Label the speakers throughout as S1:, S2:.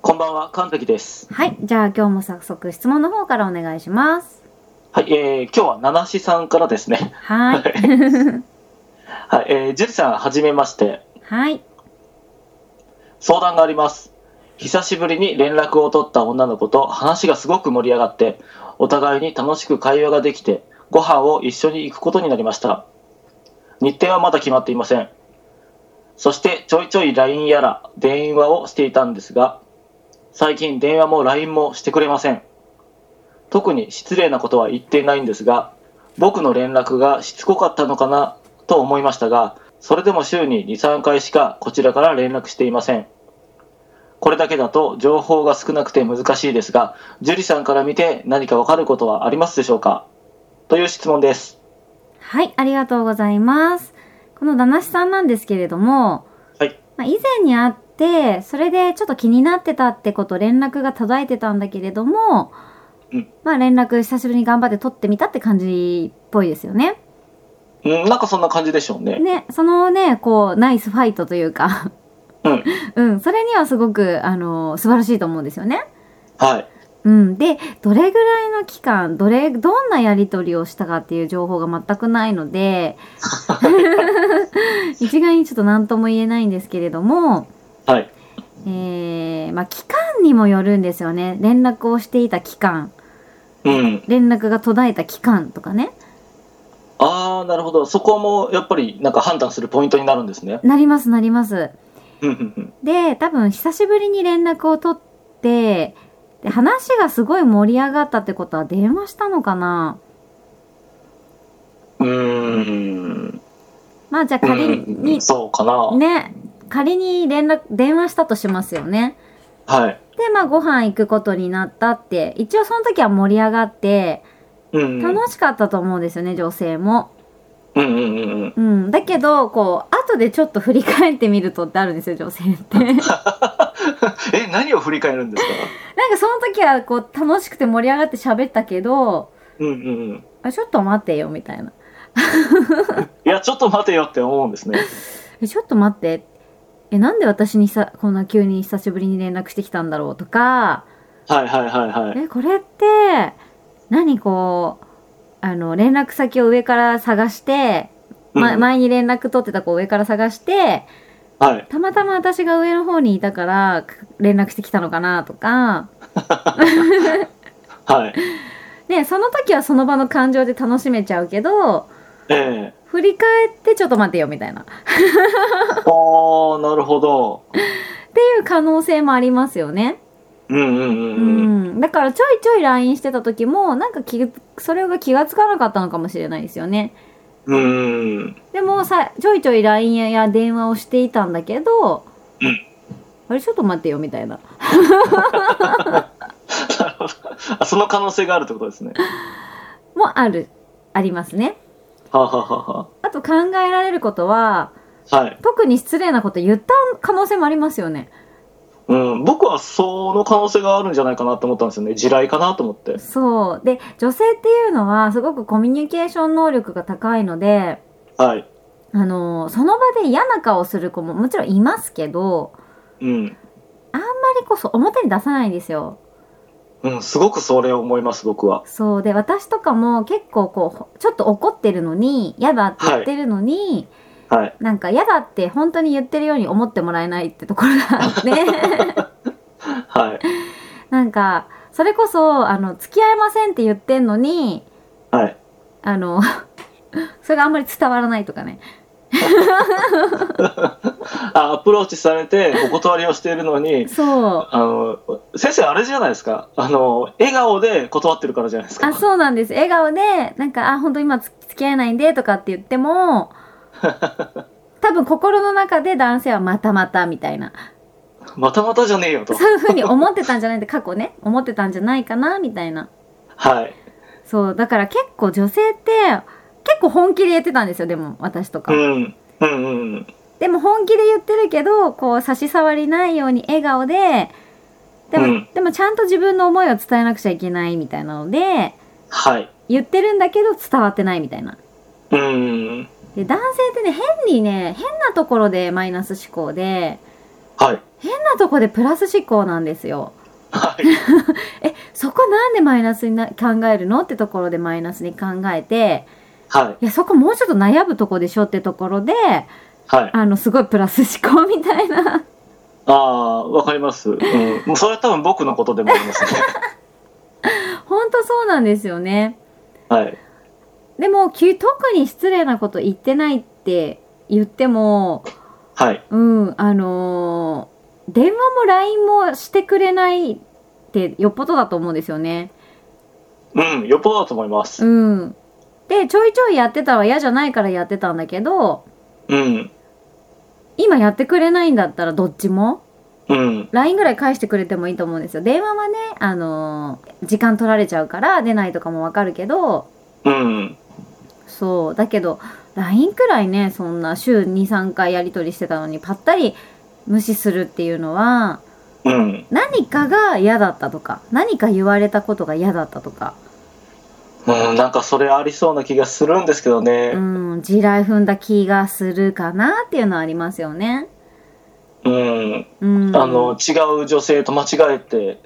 S1: こんばんは、神崎です。
S2: はい、じゃあ今日も早速質問の方からお願いします。
S1: はい、えー、今日は七七さんからですね。
S2: はい。
S1: はい、えー、ジュリさん、はじめまして。
S2: はい。
S1: 相談があります。久しぶりに連絡を取った女の子と話がすごく盛り上がって、お互いに楽しく会話ができて、ご飯を一緒に行くことになりました。日程はまだ決まっていません。そしてちょいちょい LINE やら電話をしていたんですが、最近電話も LINE もしてくれません。特に失礼なことは言っていないんですが、僕の連絡がしつこかったのかなと思いましたが、それでも週に2、3回しかこちらから連絡していません。これだけだと情報が少なくて難しいですが、樹里さんから見て何かわかることはありますでしょうかという質問です。
S2: はい、ありがとうございます。このだなしさんなんですけれども、
S1: はい。
S2: まあ、以前に会って、それでちょっと気になってたってこと、連絡が途絶えてたんだけれども、
S1: うん
S2: まあ連絡久しぶりに頑張って取ってみたって感じっぽいですよね。
S1: うん、なんかそんな感じでしょうね。
S2: ね、そのね、こう、ナイスファイトというか、
S1: うん。
S2: うん、それにはすごく、あの、素晴らしいと思うんですよね。
S1: はい。
S2: うん、でどれぐらいの期間どれどんなやり取りをしたかっていう情報が全くないので一概にちょっと何とも言えないんですけれども、
S1: はい。
S2: えーまあ、期間にもよるんですよね連絡をしていた期間
S1: うん。
S2: 連絡が途絶えた期間とかね
S1: ああ、なるほど。そこもやっぱりなんか判断するポイントになるんですね。
S2: なりますなります
S1: うんうんうん。
S2: で多分久しぶりに連絡を取ってで話がすごい盛り上がったってことは電話したのかな
S1: うーん。
S2: まあじゃあ仮
S1: う
S2: に
S1: んそうかな。
S2: ね仮に連絡電話したとしますよね
S1: はい。
S2: でまあご飯行くことになったって一応その時は盛り上がって
S1: うん。うん
S2: 楽しかったと思うんですよね、女性も
S1: うんうんうん。
S2: うんだけどこう後でちょっと振り返ってみるとってあるんですよ女性って なんか
S1: え、何を振り返るんですか
S2: その時はこう楽しくて盛り上がって喋ったけど
S1: うんうんうん。
S2: あちょっと待ってよみたいない
S1: や、ちょっと待てよって思うんですね。
S2: えちょっと待ってえなんで私にさこんな急に久しぶりに連絡してきたんだろうとか
S1: はいはいは いはい。
S2: えこれって何こうあの連絡先を上から探して、ま
S1: うん
S2: 前に連絡取ってた子を上から探して
S1: はい。
S2: たまたま私が上の方にいたからか連絡してきたのかなとか、
S1: はい。
S2: ね、その時はその場の感情で楽しめちゃうけど
S1: ええ
S2: 振り返ってちょっと待ってよみたいなっ
S1: ああ、なるほど。
S2: ていう可能性もありますよね。
S1: うんうんう
S2: うん
S1: うん。
S2: ん、だからちょいちょい LINE してた時もなんか気それが気がつかなかったのかもしれないですよね。
S1: うん。
S2: でもさちょいちょい LINE や電話をしていたんだけど、
S1: うん
S2: あれちょっと待ってよみたいな
S1: なるほどあその可能性があるってことですね。
S2: もあるありますね
S1: はあ、はあは
S2: あと考えられることは
S1: あはあ、はい。
S2: 特に失礼なこと言った可能性もありますよね
S1: うん、僕はその可能性があるんじゃないかなと思ったんですよね。地雷かなと思って。
S2: そう。で、女性っていうのはすごくコミュニケーション能力が高いので、
S1: はい。
S2: あの、その場で嫌な顔する子ももちろんいますけど、
S1: うん。
S2: あんまりこそ表に出さないんですよ。
S1: うん、すごくそれを思います、僕は。
S2: そう。で、私とかも結構こう、ちょっと怒ってるのに、嫌だって言ってるのに、
S1: はい。
S2: なんか嫌だって本当に言ってるように思ってもらえないってところがあ って、
S1: はい。
S2: なんか、それこそ、あの、付き合いませんって言ってんのに、
S1: はい。
S2: あの、それがあんまり伝わらないとかね。
S1: あ、アプローチされてお断りをしているのに、
S2: そう。
S1: あの、先生あれじゃないですか。あの、笑顔で断ってるからじゃないですか。
S2: あ、そうなんです。笑顔で、なんか、あ、本当今つ付き合えないんで、とかって言って も、多分心の中で男性はまたまたみたいな。
S1: またまたじゃねえよと。
S2: そういうふうに思ってたんじゃないんで、過去ね、思ってたんじゃないかな、みたいな。
S1: はい。
S2: そう、だから結構女性って、結構本気で言ってたんですよ、でも、私とか
S1: う。ん。うんうんうん。
S2: でも本気で言ってるけど、こう、差し障りないように笑顔で、でも、
S1: うん
S2: でもちゃんと自分の思いを伝えなくちゃいけないみたいなので、
S1: はい。
S2: 言ってるんだけど伝わってないみたいな。
S1: うん。
S2: で男性ってね変にね変なところでマイナス思考で
S1: はい。
S2: 変なところでプラス思考なんですよ
S1: はい。
S2: えそこなんでマイナスにな考えるのってところでマイナスに考えて
S1: はい。
S2: いやそこもうちょっと悩むとこでしょってところで
S1: はい。
S2: あのすごいプラス思考みたいな
S1: ああ、わかります。うん。もうそれは多分僕のことでもありますね。
S2: ほんとそうなんですよね
S1: はい。
S2: でもき特に失礼なこと言ってないって言っても
S1: はい。
S2: うんあのー電話も LINE もしてくれないってよっぽどだと思うんですよね
S1: うん。よっぽどだと思います。
S2: うん。で、ちょいちょいやってたは嫌じゃないからやってたんだけど、
S1: うん。
S2: 今やってくれないんだったらどっちも
S1: うん。
S2: ?LINE ぐらい返してくれてもいいと思うんですよ。電話はね、あのー時間取られちゃうから出ないとかもわかるけど、
S1: うん。
S2: そう。だけど、LINE くらいね、そんな週2、3回やり取りしてたのにぱったり無視するっていうのは、
S1: うん。
S2: 何かが嫌だったとか、何か言われたことが嫌だったとか、
S1: うん、なんかそれありそうな気がするんですけど
S2: う
S1: ね。
S2: ん、地雷踏んだ気がするかなっていうのはありますよね。
S1: うん。
S2: うん。
S1: あの、違う女性と間違え て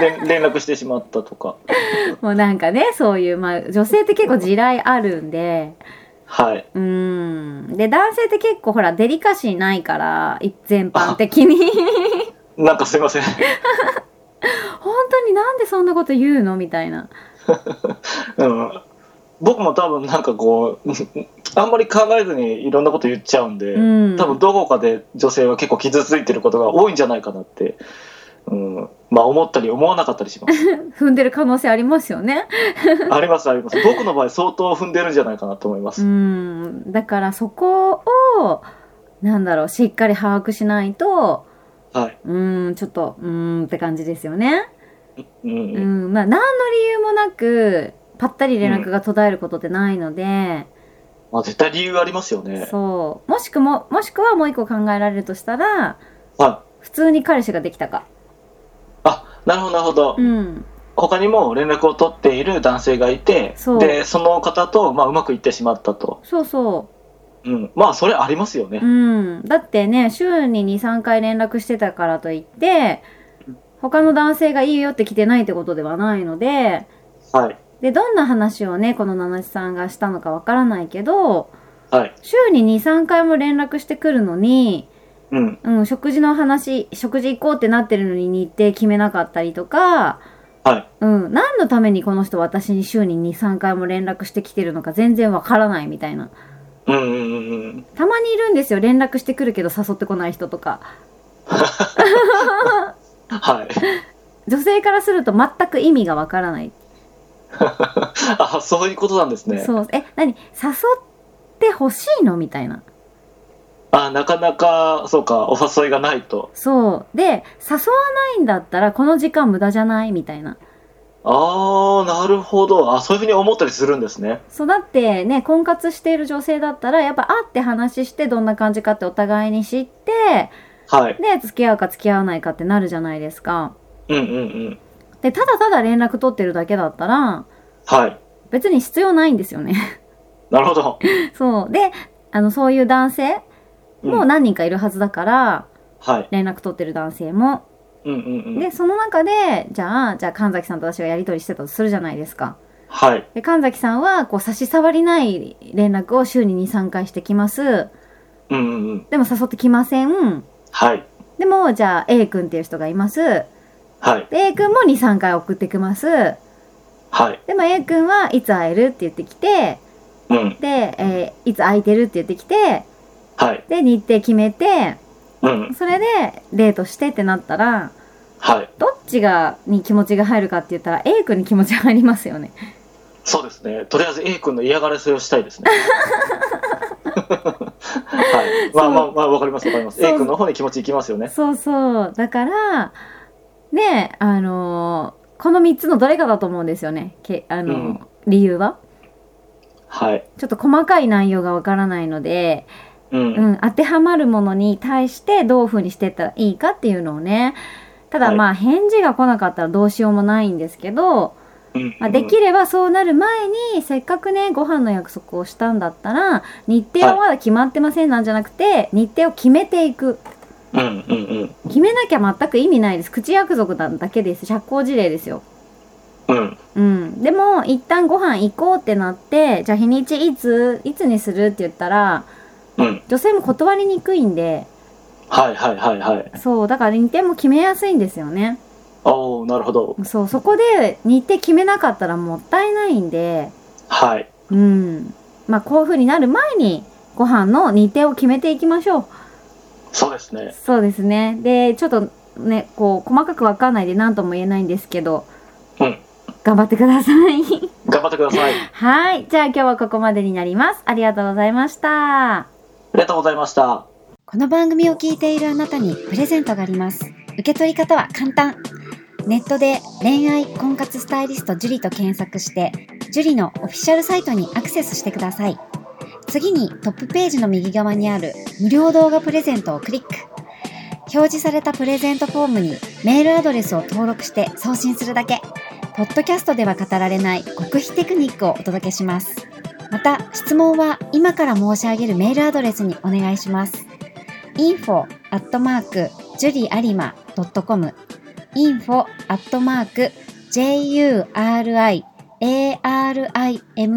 S1: 連連絡してしまったとか。
S2: もうなんかね、そういう、まあ、女性って結構地雷あるんで、
S1: はい。
S2: うーん。で、男性って結構ほら、デリカシーないから、い全般的 に。
S1: なんかすい ません。
S2: 本当になんでそんなこと言うのみたいな。
S1: うん。僕も多分なんかこう、あんまり考えずにいろんなこと言っちゃうんで、
S2: うん。
S1: 多分どこかで女性は結構傷ついてることが多いんじゃないかなって、うん、まあ思ったり思わなかったり します。
S2: 踏んでる可能性ありますよね。
S1: ありますあります。僕の場合相当踏んでるんじゃないかなと思いま
S2: う
S1: す。
S2: ん。だからそこを、なんだろう、しっかり把握しないと、
S1: はい。
S2: うーん、ちょっと、うーんって感じですよね。
S1: う。
S2: うんん。まあ、何の理由もなく、ぱったり連絡が途絶えることってないので、
S1: まあ絶対理由ありますよね。
S2: そうもしくももしくはもう一個考えられるとしたら
S1: は
S2: 普通に彼氏ができたか
S1: い。あ、なるほどなるほど
S2: う。ん
S1: 他にも連絡を取っている男性がいて
S2: そう、
S1: で、その方と、まあうまくいってしまったと。
S2: そうそ
S1: うん。まあそれありますよ
S2: う
S1: ね。
S2: うんだってね週に23回連絡してたからといって他の男性がいいよって来てないってことではないので
S1: はい。
S2: でどんな話をねこの七七さんがしたのかわからないけど
S1: はい。
S2: 週に23回も連絡してくるのに、
S1: うん。
S2: うん、食事の話食事行こうってなってるのに日程決めなかったりとか
S1: はい。
S2: うん、何のためにこの人私に週に2、3回も連絡してきてるのか全然わからないみたいな。
S1: うんうんうんうん。
S2: たまにいるんですよ。連絡してくるけど誘ってこない人とか。
S1: はい。
S2: 女性からすると全く意味がわからない。
S1: あ、そういうことなんですね。
S2: そう。え、何誘ってほしいのみたいな。
S1: あ、なかなか、そうか、お誘いがないと。
S2: そう。で、誘わないんだったらこの時間無駄じゃないみたいな。
S1: ああ、なるほど。あ、そういうふうに思ったりするんですね。
S2: そうだってね、婚活している女性だったらやっぱ会って話してどんな感じかってお互いに知って、
S1: はい。
S2: で、付き合うか付き合わないかってなるじゃないですか。
S1: うんうんうん。
S2: で、ただただ連絡取ってるだけだったら、
S1: はい。
S2: 別に必要ないんですよね。
S1: なるほど。
S2: そう。で、あの、そういう男性
S1: うん
S2: も何人かいるはずだから、
S1: はい。
S2: 連絡取ってる男性も。
S1: うんうんうん。
S2: で、その中で、じゃあ、じゃあ、神崎さんと私がやりとりしてたとするじゃないですか。
S1: はい。
S2: で、神崎さんは、こう、差し障りない連絡を週に2、3回してきます。
S1: うんうんうん。
S2: でも誘ってきません。
S1: はい。
S2: でも、じゃあ、A 君っていう人がいます。で、
S1: はい。
S2: A 君も2、3回送ってきます。
S1: はい。
S2: でも、A 君はいつ会えるって言ってきて、
S1: うん。
S2: で、えーいつ空いてるって言ってきて、
S1: はい。
S2: で、日程決めて、
S1: うん。
S2: それで、デートしてってなったら、
S1: はい。
S2: どっちが、に気持ちが入るかって言ったら、A 君に気持ちが入りますよね。
S1: そうですね。とりあえず A 君の嫌がらせをした いですね。はい。まあまあまあ、わかりますわかります。
S2: そう
S1: A 君の方に気持ちいきますよね。
S2: そうそう。だから、ねえ、あのーこの3つのどれかだと思うんですよね。けあのー
S1: うん
S2: 理由は。
S1: はい。
S2: ちょっと細かい内容がわからないので、
S1: う。
S2: うんん、当てはまるものに対してどういうふうにしてったらいいかっていうのをね。ただ
S1: はい
S2: まあ、返事が来なかったらどうしようもないんですけど、
S1: うん。
S2: まあ、できればそうなる前に、せっかくね、ご飯の約束をしたんだったら、日程はまだ決まってませんなんじゃなくて、日程を決めていく。
S1: うんうんうん。
S2: 決めなきゃ全く意味ないです。口約束なだけです。社交辞令ですよ。
S1: うん。
S2: うん。でも、一旦ご飯行こうってなって、じゃあ日にちいつ、いつにするって言ったら、
S1: うん。
S2: 女性も断りにくいんで、
S1: はいはいはいはい。
S2: そう、だから日程も決めやすいんですよね。
S1: おおなるほど。
S2: そう、そこで日程決めなかったらもったいないんで、
S1: はい。
S2: うん。まあ、こういう風になる前に、ご飯の日程を決めていきましょう。
S1: そうですね。
S2: そうですね。で、ちょっとね、こう、細かくわかんないで何とも言えないんですけど、
S1: うん。
S2: 頑張ってください。
S1: 頑張ってください。あ
S2: はい。じゃあ今日はここまでになります。ありがとうございました。
S1: りがとうございました。
S3: この番組を聞いているあなたにプレゼントがあります。受け取り方は簡単。ネットで恋愛婚活スタイリスト樹と検索して、樹のオフィシャルサイトにアクセスしてください。次にトップページの右側にある無料動画プレゼントをクリック。表示されたプレゼントフォームにメールアドレスを登録して送信するだけ。ポッドキャストでは語られない極秘テクニックをお届けします。また、質問は今から申し上げるメールアドレスにお願いします。info アットマーク juriarima.com info アットマーク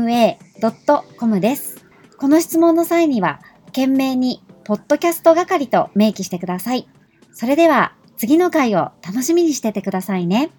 S3: juriarima.com です。この質問の際には、懸命に、ポッドキャスト係と明記してください。それでは、次の回を楽しみにしててくださいね。